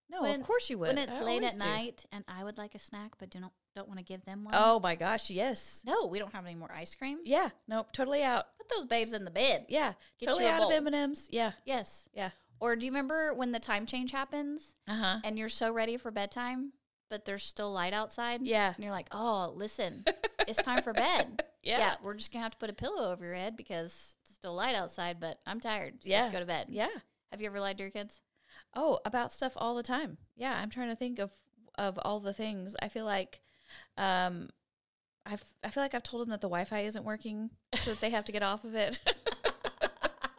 [SPEAKER 3] No,
[SPEAKER 2] When-
[SPEAKER 3] Oh, of course you would.
[SPEAKER 2] when it's
[SPEAKER 3] I
[SPEAKER 2] late
[SPEAKER 3] always
[SPEAKER 2] at
[SPEAKER 3] do.
[SPEAKER 2] night and I would like a snack, but do not, don't want to give them one.
[SPEAKER 3] Oh my gosh. Yes.
[SPEAKER 2] No, we don't have any more ice cream.
[SPEAKER 3] Yeah. Nope. Totally out.
[SPEAKER 2] Put those babes in the bed.
[SPEAKER 3] Yeah.
[SPEAKER 2] Get
[SPEAKER 3] totally
[SPEAKER 2] you a
[SPEAKER 3] out of
[SPEAKER 2] bowl.
[SPEAKER 3] M and M's. Yeah.
[SPEAKER 2] Yes.
[SPEAKER 3] Yeah.
[SPEAKER 2] Or do you remember when the time change happens
[SPEAKER 3] Uh huh.
[SPEAKER 2] and you're so ready for bedtime, but there's still light outside?
[SPEAKER 3] Yeah.
[SPEAKER 2] And you're like, oh, listen, it's time for bed.
[SPEAKER 3] <laughs> Yeah.
[SPEAKER 2] We're just going to have to put a pillow over your head because it's still light outside, but I'm tired. So
[SPEAKER 3] Yeah.
[SPEAKER 2] Let's go to bed.
[SPEAKER 3] Yeah.
[SPEAKER 2] Have you ever lied to your kids?
[SPEAKER 3] Oh, about stuff all the time. Yeah, I'm trying to think of of all the things. I feel like um I've I feel like I've told them that the Wi-Fi isn't working so that they have to get off of it.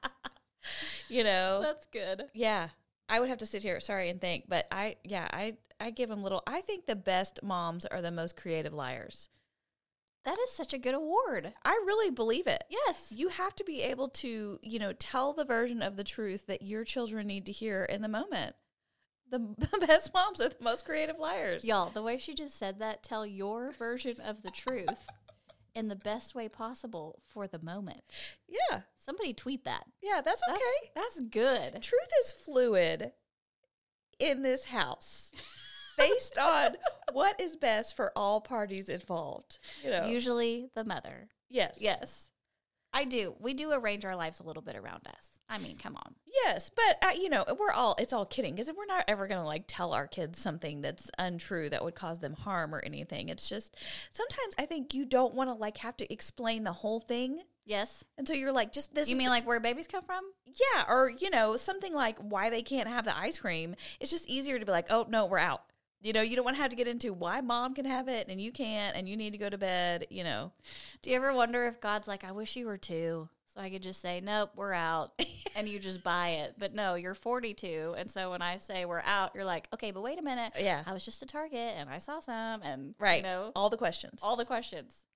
[SPEAKER 3] <laughs> you know.
[SPEAKER 2] That's good.
[SPEAKER 3] Yeah. I would have to sit here, sorry, and think, but I yeah, I I give them little I think the best moms are the most creative liars.
[SPEAKER 2] That is such a good award.
[SPEAKER 3] I really believe it.
[SPEAKER 2] Yes.
[SPEAKER 3] You have to be able to, you know, tell the version of the truth that your children need to hear in the moment. the, <laughs> the best moms are the most creative liars.
[SPEAKER 2] Y'all, the way she just said that, tell your version of the truth in the best way possible for the moment.
[SPEAKER 3] Yeah.
[SPEAKER 2] Somebody tweet that.
[SPEAKER 3] Yeah, that's okay.
[SPEAKER 2] That's, That's good.
[SPEAKER 3] Truth is fluid in this <laughs> house based on what is best for all parties involved. You know.
[SPEAKER 2] Usually the mother.
[SPEAKER 3] yes.
[SPEAKER 2] Yes. I do. We do arrange our lives a little bit around us. I mean, come on.
[SPEAKER 3] Yes, but uh, you know, we're all it's all kidding because we're not ever going to like tell our kids something that's untrue that would cause them harm or anything. It's just sometimes I think you don't want to like have to explain the whole thing.
[SPEAKER 2] Yes.
[SPEAKER 3] And so you're like, just this.
[SPEAKER 2] You mean like where babies come from?
[SPEAKER 3] yeah, or you know, something like why they can't have the ice cream. It's just easier to be like, oh no, we're out. You know, you don't want to have to get into why mom can have it and you can't, and you need to go to bed. You know,
[SPEAKER 2] Do you ever wonder if God's like, I wish you were two, so I could just say, nope, we're out, <laughs> and you just buy it? But no, you're 42, and so when I say we're out, you're like, okay, but wait a minute,
[SPEAKER 3] Yeah.
[SPEAKER 2] I was just to Target and I saw some, and
[SPEAKER 3] right?
[SPEAKER 2] you know,
[SPEAKER 3] all the questions.
[SPEAKER 2] all the questions.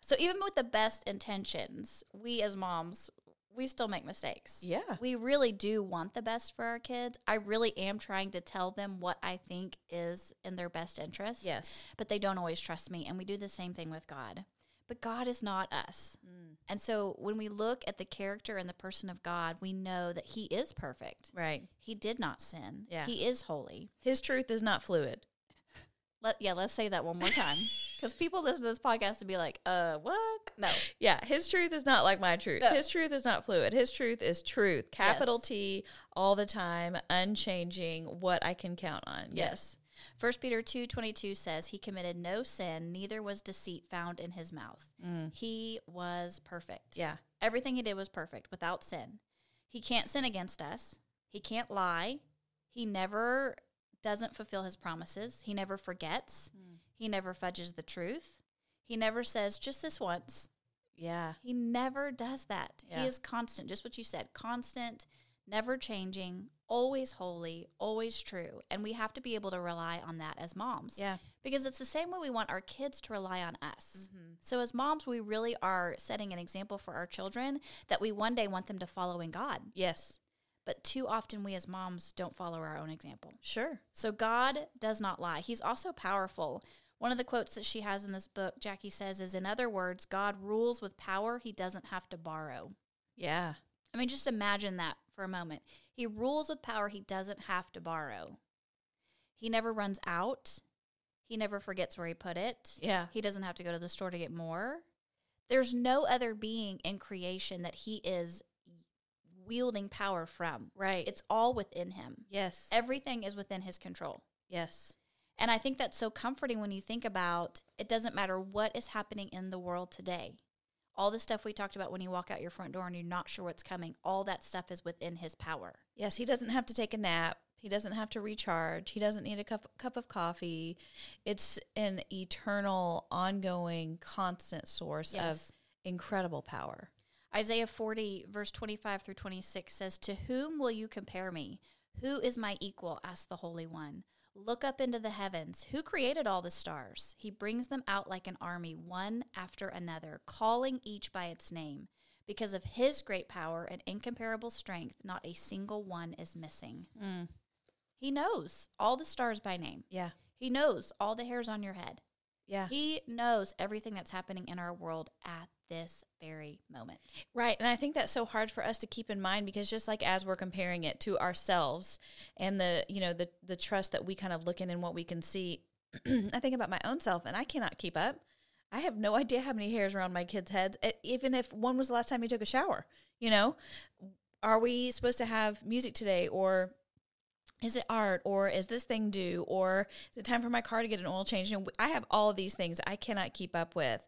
[SPEAKER 2] So even with the best intentions, we as moms, we still make mistakes.
[SPEAKER 3] yeah,
[SPEAKER 2] We really do want the best for our kids. I really am trying to tell them what I think is in their best interest
[SPEAKER 3] yes,
[SPEAKER 2] but they don't always trust me. And we do the same thing with God. But God is not us.
[SPEAKER 3] Mm.
[SPEAKER 2] And so when we look at the character and the person of God, we know that He is perfect.
[SPEAKER 3] right.
[SPEAKER 2] He did not sin.
[SPEAKER 3] Yeah.
[SPEAKER 2] He is holy.
[SPEAKER 3] His truth is not fluid.
[SPEAKER 2] Let, yeah, let's say that one more <laughs> time. Because people listen to this podcast and be like, uh, what? No.
[SPEAKER 3] Yeah, his truth is not like my truth.
[SPEAKER 2] No.
[SPEAKER 3] His truth is not fluid. His truth is truth. Capital
[SPEAKER 2] Yes.
[SPEAKER 3] T all the time, unchanging, what I can count on. Yes.
[SPEAKER 2] Yes. First Peter two twenty two says, He committed no sin, neither was deceit found in his mouth. He was perfect.
[SPEAKER 3] Yeah.
[SPEAKER 2] Everything he did was perfect without sin. He can't sin against us. He can't lie. He never doesn't fulfill his promises. He never forgets. He never fudges the truth. He never says just this once.
[SPEAKER 3] Yeah.
[SPEAKER 2] He never does that.
[SPEAKER 3] Yeah.
[SPEAKER 2] He is constant, just what you said constant, never changing, always holy, always true. And we have to be able to rely on that as moms
[SPEAKER 3] Yeah.
[SPEAKER 2] because it's the same way we want our kids to rely on us.
[SPEAKER 3] Mm-hmm.
[SPEAKER 2] So as moms, we really are setting an example for our children that we one day want them to follow in God.
[SPEAKER 3] Yes.
[SPEAKER 2] But too often we as moms don't follow our own example.
[SPEAKER 3] Sure.
[SPEAKER 2] So God does not lie. He's also powerful. One of the quotes that she has in this book, Jackie says, is in other words, God rules with power he doesn't have to borrow.
[SPEAKER 3] Yeah.
[SPEAKER 2] I mean, just imagine that for a moment. He rules with power he doesn't have to borrow. He never runs out. He never forgets where he put it.
[SPEAKER 3] Yeah.
[SPEAKER 2] He doesn't have to go to the store to get more. There's no other being in creation that he is wielding power from.
[SPEAKER 3] Right.
[SPEAKER 2] It's all within him.
[SPEAKER 3] yes.
[SPEAKER 2] Everything is within his control.
[SPEAKER 3] yes.
[SPEAKER 2] And I think that's so comforting when you think about it doesn't matter what is happening in the world today. All the stuff we talked about when you walk out your front door and you're not sure what's coming, all that stuff is within his power.
[SPEAKER 3] Yes, he doesn't have to take a nap. He doesn't have to recharge. He doesn't need a cup, cup of coffee. It's an eternal, ongoing, constant source
[SPEAKER 2] Yes.
[SPEAKER 3] of incredible power.
[SPEAKER 2] Isaiah 40, verse 25 through 26 says, To whom will you compare me? Who is my equal? asked the Holy One. Look up into the heavens. Who created all the stars? He brings them out like an army, one after another, calling each by its name. Because of his great power and incomparable strength, not a single one is missing. He knows all the stars by name.
[SPEAKER 3] Yeah.
[SPEAKER 2] He knows all the hairs on your head.
[SPEAKER 3] Yeah.
[SPEAKER 2] He knows everything that's happening in our world at this very moment.
[SPEAKER 3] Right. And I think that's so hard for us to keep in mind because just like as we're comparing it to ourselves and the, you know, the the trust that we kind of look in and what we can see, <clears throat> I think about my own self and I cannot keep up. I have no idea how many hairs are on my kids' heads, e- even if one was the last time you took a shower. You know, are we supposed to have music today or is it art or is this thing due or is it time for my car to get an oil change and i have all of these things i cannot keep up with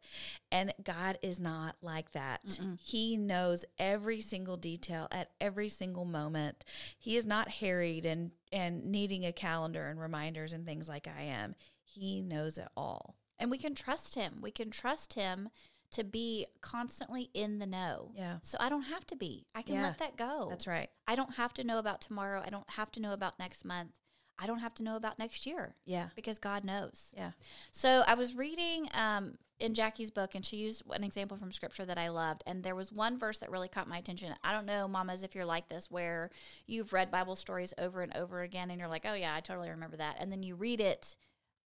[SPEAKER 3] and god is not like that he knows every single detail at every single moment he is not harried and and needing a calendar and reminders and things like i am he knows it all
[SPEAKER 2] And we can trust him. We can trust him to be constantly in the know.
[SPEAKER 3] Yeah.
[SPEAKER 2] So I don't have to be. I can
[SPEAKER 3] Yeah.
[SPEAKER 2] let that go.
[SPEAKER 3] Oh. that's right
[SPEAKER 2] I don't have to know about tomorrow. I don't have to know about next month. I don't have to know about next year
[SPEAKER 3] Yeah.
[SPEAKER 2] because God knows.
[SPEAKER 3] Yeah.
[SPEAKER 2] So I was reading um, in Jackie's book, and she used an example from scripture that I loved. And there was one verse that really caught my attention. I don't know, mamas, if you're like this, where you've read Bible stories over and over again, and you're like, oh, yeah, I totally remember that. And then you read it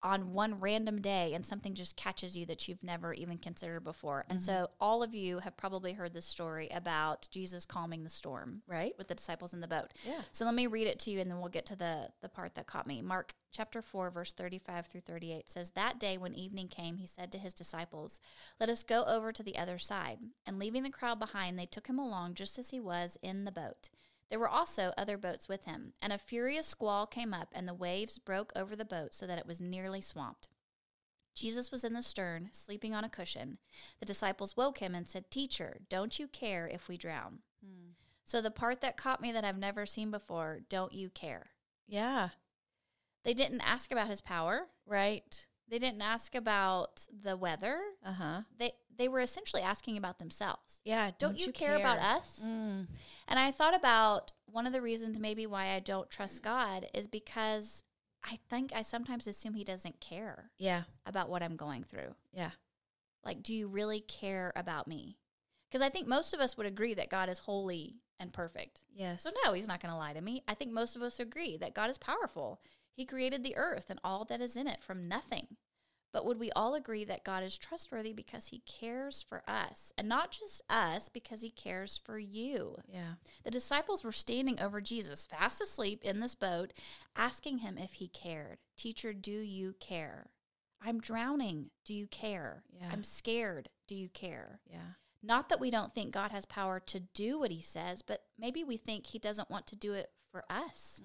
[SPEAKER 2] on one random day, and something just catches you that you've never even considered before. And
[SPEAKER 3] Mm-hmm.
[SPEAKER 2] so all of you have probably heard this story about Jesus calming the storm
[SPEAKER 3] Right?
[SPEAKER 2] with the disciples in the boat.
[SPEAKER 3] Yeah.
[SPEAKER 2] So let me read it to you and then we'll get to the, the part that caught me. Mark chapter 4, verse 35 through 38 says, That day when evening came, he said to his disciples, Let us go over to the other side. And leaving the crowd behind, they took him along just as he was in the boat. There were also other boats with him, and a furious squall came up, and the waves broke over the boat so that it was nearly swamped. Jesus was in the stern, sleeping on a cushion. The disciples woke him and said, Teacher, don't you care if we drown? Hmm. So the part that caught me that I've never seen before, don't you care?
[SPEAKER 3] Yeah.
[SPEAKER 2] They didn't ask about his power.
[SPEAKER 3] Right.
[SPEAKER 2] They didn't ask about the weather.
[SPEAKER 3] Uh huh.
[SPEAKER 2] They they were essentially asking about themselves.
[SPEAKER 3] Yeah.
[SPEAKER 2] Don't, you, care, about us?
[SPEAKER 3] Mm.
[SPEAKER 2] And I thought about one of the reasons maybe why I don't trust God is because I think I sometimes assume he doesn't care
[SPEAKER 3] Yeah.
[SPEAKER 2] about what I'm going through.
[SPEAKER 3] Yeah.
[SPEAKER 2] Like, do you really care about me? Because I think most of us would agree that God is holy and perfect.
[SPEAKER 3] Yes.
[SPEAKER 2] So, no, he's not going to lie to me. I think most of us agree that God is powerful. He created the earth and all that is in it from nothing. But would we all agree that God is trustworthy because he cares for us? And not just us, because he cares for you.
[SPEAKER 3] Yeah.
[SPEAKER 2] The disciples were standing over Jesus, fast asleep in this boat, asking him if he cared. Teacher, do you care? I'm drowning. Do you care?
[SPEAKER 3] Yeah.
[SPEAKER 2] I'm scared. Do you care?
[SPEAKER 3] Yeah.
[SPEAKER 2] Not that we don't think God has power to do what he says, but maybe we think he doesn't want to do it for us.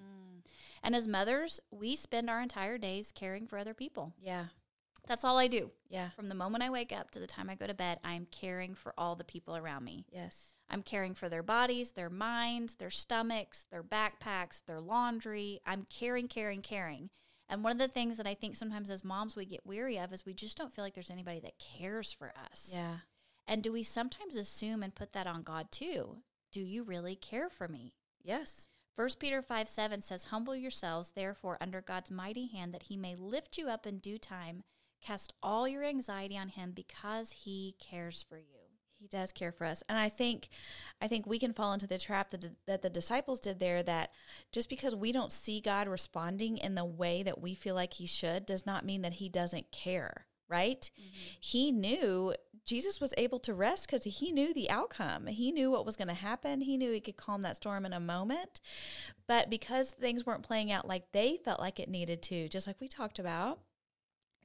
[SPEAKER 2] And as mothers, we spend our entire days caring for other people.
[SPEAKER 3] Yeah.
[SPEAKER 2] That's all I do.
[SPEAKER 3] Yeah.
[SPEAKER 2] From the moment I wake up to the time I go to bed, I am caring for all the people around me.
[SPEAKER 3] Yes.
[SPEAKER 2] I'm caring for their bodies, their minds, their stomachs, their backpacks, their laundry. I'm caring, caring, caring. And one of the things that I think sometimes as moms we get weary of is we just don't feel like there's anybody that cares for us.
[SPEAKER 3] Yeah.
[SPEAKER 2] And do we sometimes assume and put that on God too? Do you really care for me?
[SPEAKER 3] Yes.
[SPEAKER 2] 1 Peter 5 7 says, Humble yourselves, therefore, under God's mighty hand, that he may lift you up in due time. Cast all your anxiety on him because he cares for you.
[SPEAKER 3] He does care for us. And I think I think we can fall into the trap that, that the disciples did there that just because we don't see God responding in the way that we feel like he should does not mean that he doesn't care, right? He knew Jesus was able to rest cuz he knew the outcome. He knew what was going to happen. He knew he could calm that storm in a moment. But because things weren't playing out like they felt like it needed to, just like we talked about,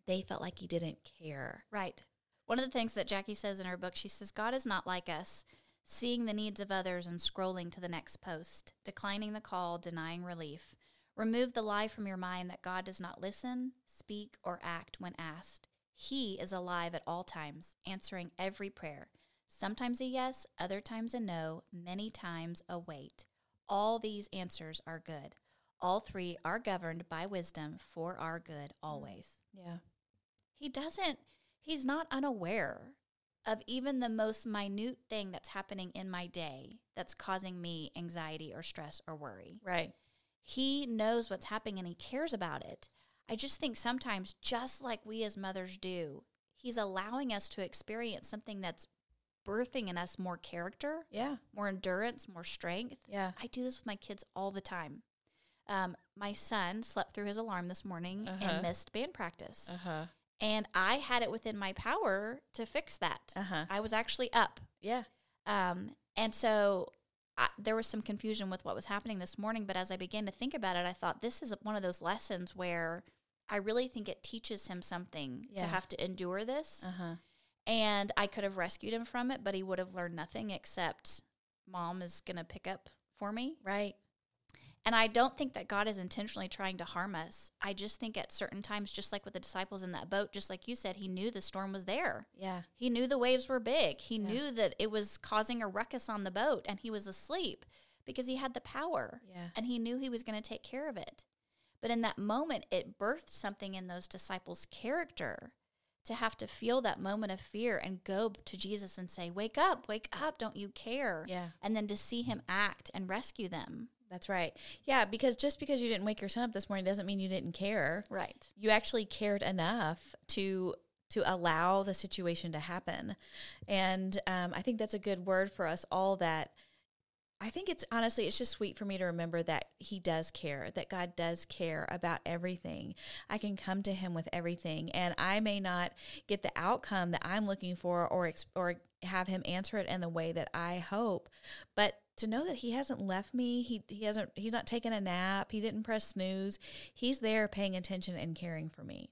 [SPEAKER 3] they felt like he didn't care.
[SPEAKER 2] Right. One of the things that Jackie says in her book, she says, God is not like us, seeing the needs of others and scrolling to the next post, declining the call, denying relief. Remove the lie from your mind that God does not listen, speak, or act when asked. He is alive at all times, answering every prayer. Sometimes a yes, other times a no, many times a wait. All these answers are good. All three are governed by wisdom for our good always.
[SPEAKER 3] Yeah.
[SPEAKER 2] He doesn't, he's not unaware of even the most minute thing that's happening in my day that's causing me anxiety or stress or worry.
[SPEAKER 3] Right.
[SPEAKER 2] He knows what's happening and he cares about it. I just think sometimes, just like we as mothers do, he's allowing us to experience something that's birthing in us more character,
[SPEAKER 3] Yeah.
[SPEAKER 2] more endurance, more strength.
[SPEAKER 3] Yeah.
[SPEAKER 2] I do this with my kids all the time. Um, my son slept through his alarm this morning
[SPEAKER 3] Uh-huh.
[SPEAKER 2] and missed band practice.
[SPEAKER 3] huh.
[SPEAKER 2] And I had it within my power to fix that.
[SPEAKER 3] huh.
[SPEAKER 2] I was actually up.
[SPEAKER 3] Yeah.
[SPEAKER 2] Um, and so I, there was some confusion with what was happening this morning. But as I began to think about it, I thought this is one of those lessons where I really think it teaches him something
[SPEAKER 3] Yeah. Uh-huh.
[SPEAKER 2] to have to endure this.
[SPEAKER 3] huh.
[SPEAKER 2] And I could have rescued him from it, but he would have learned nothing except mom is going to pick up for me.
[SPEAKER 3] Right.
[SPEAKER 2] And I don't think that God is intentionally trying to harm us. I just think at certain times, just like with the disciples in that boat, just like you said, he knew the storm was there.
[SPEAKER 3] Yeah.
[SPEAKER 2] He knew the waves were big. He
[SPEAKER 3] Yeah.
[SPEAKER 2] knew that it was causing a ruckus on the boat and he was asleep because he had the power
[SPEAKER 3] Yeah.
[SPEAKER 2] and he knew he was going to take care of it. But in that moment, it birthed something in those disciples' character to have to feel that moment of fear and go to Jesus and say, Wake up, wake up, don't you care?
[SPEAKER 3] Yeah.
[SPEAKER 2] And then to see him act and rescue them.
[SPEAKER 3] That's right. Yeah, because just because you didn't wake your son up this morning doesn't mean you didn't care.
[SPEAKER 2] Right.
[SPEAKER 3] You actually cared enough to to allow the situation to happen, and um, I think that's a good word for us all. That I think it's honestly, it's just sweet for me to remember that He does care, that God does care about everything. I can come to Him with everything, and I may not get the outcome that I'm looking for, or ex- or have Him answer it in the way that I hope, but to know that he hasn't left me he, he hasn't he's not taking a nap he didn't press snooze he's there paying attention and caring for me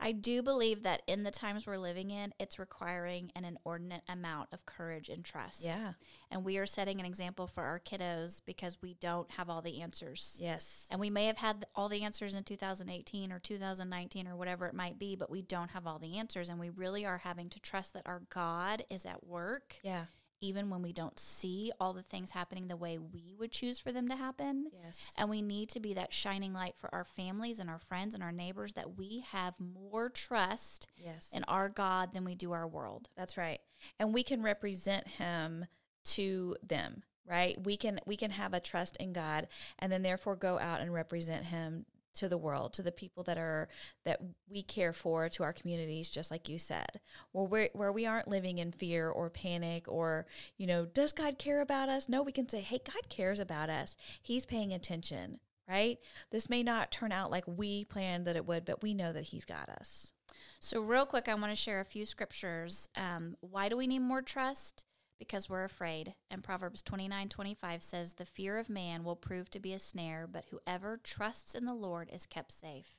[SPEAKER 2] I do believe that in the times we're living in, it's requiring an inordinate amount of courage and trust.
[SPEAKER 3] yeah
[SPEAKER 2] And we are setting an example for our kiddos because we don't have all the answers.
[SPEAKER 3] yes
[SPEAKER 2] And we may have had th- all the answers in 2018 or 2019 or whatever it might be, but we don't have all the answers. And we really are having to trust that our God is at work,
[SPEAKER 3] yeah
[SPEAKER 2] even when we don't see all the things happening the way we would choose for them to happen.
[SPEAKER 3] yes
[SPEAKER 2] And we need to be that shining light for our families and our friends and our neighbors that we have more trust
[SPEAKER 3] yes
[SPEAKER 2] in our God than we do our world.
[SPEAKER 3] That's right. And we can represent him to them, right? We can we can have a trust in God and then therefore go out and represent him to the world, to the people that are that we care for, to our communities, just like you said. Where we're, where we aren't living in fear or panic or, you know, does God care about us? No, we can say, "Hey, God cares about us. He's paying attention." Right? This may not turn out like we planned that it would, but we know that he's got us.
[SPEAKER 2] So, real quick, I want to share a few scriptures. Um, why do we need more trust? Because we're afraid. And Proverbs twenty nine twenty five says, The fear of man will prove to be a snare, but whoever trusts in the Lord is kept safe.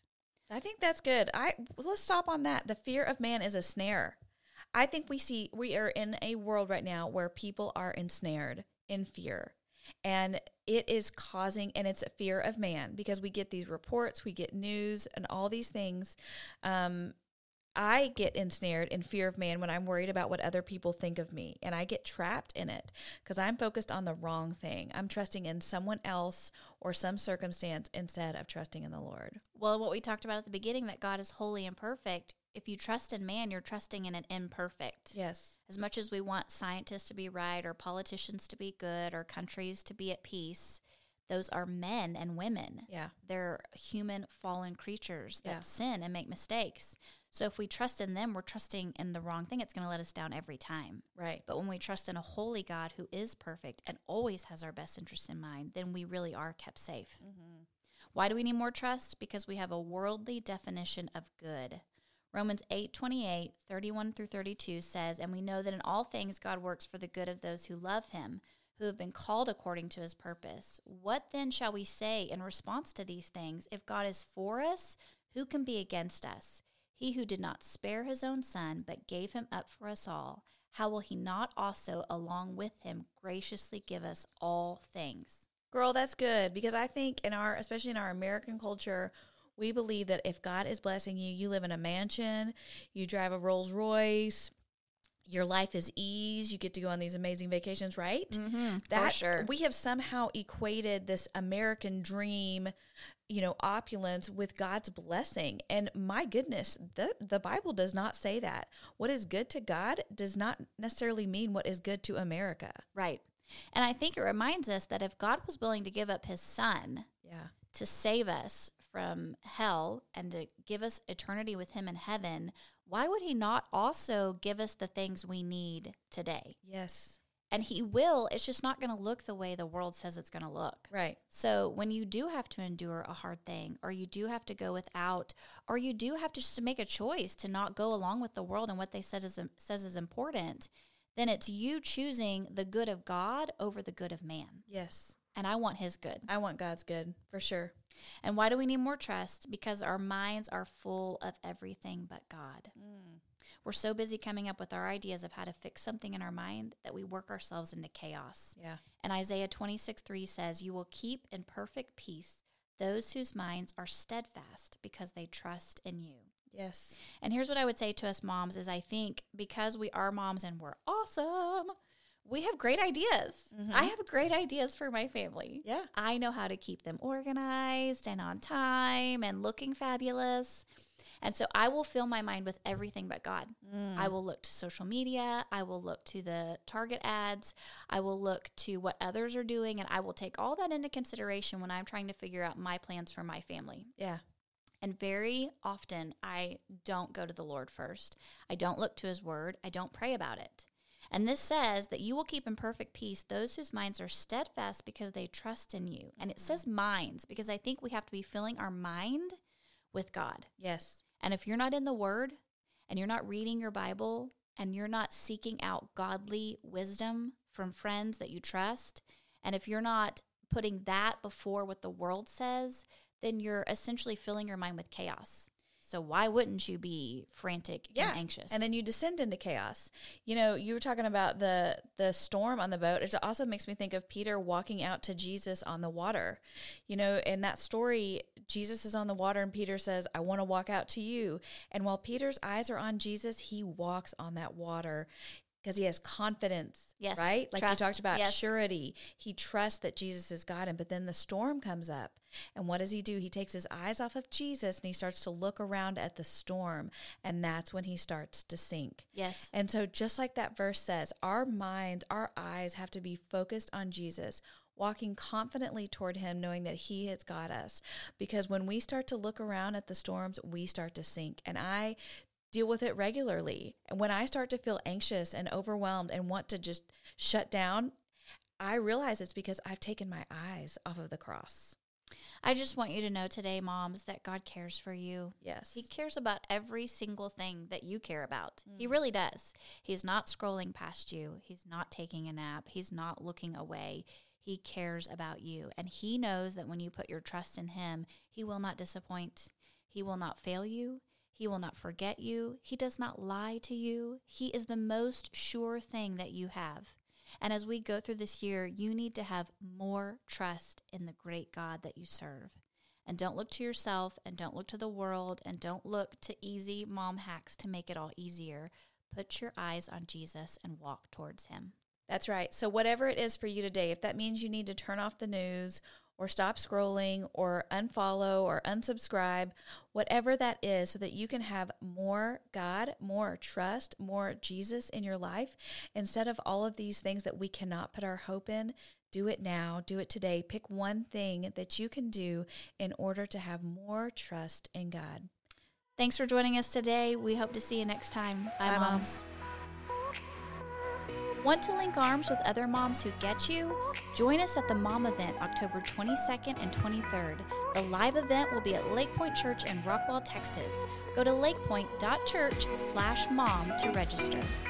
[SPEAKER 3] I think that's good. I let's stop on that. The fear of man is a snare. I think we see we are in a world right now where people are ensnared in fear. And it is causing, and it's a fear of man because we get these reports, we get news, and all these things. Um, I get ensnared in fear of man when I'm worried about what other people think of me, and I get trapped in it because I'm focused on the wrong thing. I'm trusting in someone else or some circumstance instead of trusting in the Lord.
[SPEAKER 2] Well, what we talked about at the beginning that God is holy and perfect. If you trust in man, you're trusting in an imperfect.
[SPEAKER 3] Yes.
[SPEAKER 2] As much as we want scientists to be right or politicians to be good or countries to be at peace, those are men and women.
[SPEAKER 3] Yeah.
[SPEAKER 2] They're human fallen creatures that
[SPEAKER 3] Yeah.
[SPEAKER 2] sin and make mistakes. So if we trust in them, we're trusting in the wrong thing. It's going to let us down every time.
[SPEAKER 3] Right.
[SPEAKER 2] But when we trust in a holy God who is perfect and always has our best interests in mind, then we really are kept safe. Why do we need more trust? Because we have a worldly definition of good. Romans 8, 28, 31 through 32 says, And we know that in all things God works for the good of those who love him, who have been called according to his purpose. What then shall we say in response to these things? If God is for us, who can be against us? He who did not spare his own son, but gave him up for us all, how will he not also, along with him, graciously give us all things?
[SPEAKER 3] Girl, that's good because I think in our, especially in our American culture, we believe that if God is blessing you, you live in a mansion, you drive a Rolls Royce, your life is ease, you get to go on these amazing vacations, right?
[SPEAKER 2] Mm-hmm,
[SPEAKER 3] That we have somehow equated this American dream, you know, opulence with God's blessing. And my goodness, the the Bible does not say that. What is good to God does not necessarily mean what is good to America.
[SPEAKER 2] Right. And I think it reminds us that if God was willing to give up his son
[SPEAKER 3] Yeah.
[SPEAKER 2] to save us from hell and to give us eternity with him in heaven, why would he not also give us the things we need today?
[SPEAKER 3] Yes.
[SPEAKER 2] And he will. It's just not going to look the way the world says it's going to look.
[SPEAKER 3] Right.
[SPEAKER 2] So when you do have to endure a hard thing, or you do have to go without, or you do have to just make a choice to not go along with the world and what they said is says is important, then it's you choosing the good of God over the good of man.
[SPEAKER 3] Yes.
[SPEAKER 2] And I want His good.
[SPEAKER 3] I want God's good for sure.
[SPEAKER 2] And why do we need more trust? Because our minds are full of everything but God. We're so busy coming up with our ideas of how to fix something in our mind that we work ourselves into chaos.
[SPEAKER 3] Yeah.
[SPEAKER 2] And Isaiah 26, 3 says, You will keep in perfect peace those whose minds are steadfast because they trust in you.
[SPEAKER 3] Yes.
[SPEAKER 2] And here's what I would say to us moms is I think because we are moms and we're awesome, we have great ideas. I have great ideas for my family.
[SPEAKER 3] Yeah.
[SPEAKER 2] I know how to keep them organized and on time and looking fabulous. And so I will fill my mind with everything but God. I will look to social media. I will look to the Target ads. I will look to what others are doing. And I will take all that into consideration when I'm trying to figure out my plans for my family.
[SPEAKER 3] Yeah.
[SPEAKER 2] And very often, I don't go to the Lord first. I don't look to his word. I don't pray about it. And this says that you will keep in perfect peace those whose minds are steadfast because they trust in you. And it says minds because I think we have to be filling our mind with God.
[SPEAKER 3] Yes.
[SPEAKER 2] And if you're not in the Word and you're not reading your Bible and you're not seeking out godly wisdom from friends that you trust, and if you're not putting that before what the world says, then you're essentially filling your mind with chaos. So why wouldn't you be frantic
[SPEAKER 3] Yeah.
[SPEAKER 2] and anxious?
[SPEAKER 3] And then you descend into chaos. You know, you were talking about the the storm on the boat. It also makes me think of Peter walking out to Jesus on the water. You know, in that story, Jesus is on the water and Peter says, "I want to walk out to you." And while Peter's eyes are on Jesus, he walks on that water because he has confidence.
[SPEAKER 2] Yes.
[SPEAKER 3] Right? Like
[SPEAKER 2] Trust.
[SPEAKER 3] you talked about
[SPEAKER 2] Yes.
[SPEAKER 3] surety. He trusts that Jesus is God and but then the storm comes up. And what does he do? He takes his eyes off of Jesus and he starts to look around at the storm and that's when he starts to sink.
[SPEAKER 2] yes.
[SPEAKER 3] And so, just like that verse says, our minds, our eyes have to be focused on Jesus, walking confidently toward him, knowing that he has got us. Because when we start to look around at the storms, we start to sink. And I deal with it regularly. And when I start to feel anxious and overwhelmed and want to just shut down, I realize it's because I've taken my eyes off of the cross.
[SPEAKER 2] I just want you to know today, moms, that God cares for you.
[SPEAKER 3] Yes.
[SPEAKER 2] He cares about every single thing that you care about. He really does. He's not scrolling past you. He's not taking a nap. He's not looking away. He cares about you. And He knows that when you put your trust in Him, He will not disappoint. He will not fail you. He will not forget you. He does not lie to you. He is the most sure thing that you have. And as we go through this year, you need to have more trust in the great God that you serve. And don't look to yourself and don't look to the world and don't look to easy mom hacks to make it all easier. Put your eyes on Jesus and walk towards him.
[SPEAKER 3] That's right. So, whatever it is for you today, if that means you need to turn off the news or stop scrolling or unfollow or unsubscribe, whatever that is, so that you can have more God, more trust, more Jesus in your life, instead of all of these things that we cannot put our hope in, do it now, do it today. Pick one thing that you can do in order to have more trust in God.
[SPEAKER 2] Thanks for joining us today. We hope to see you next time. Bye,
[SPEAKER 3] Bye, Moms.
[SPEAKER 2] moms. Want to link arms with other moms who get you? Join us at the Mom Event October 22nd and 23rd. The live event will be at Lake Point Church in Rockwall, Texas. Go to lakepoint.church/mom to register.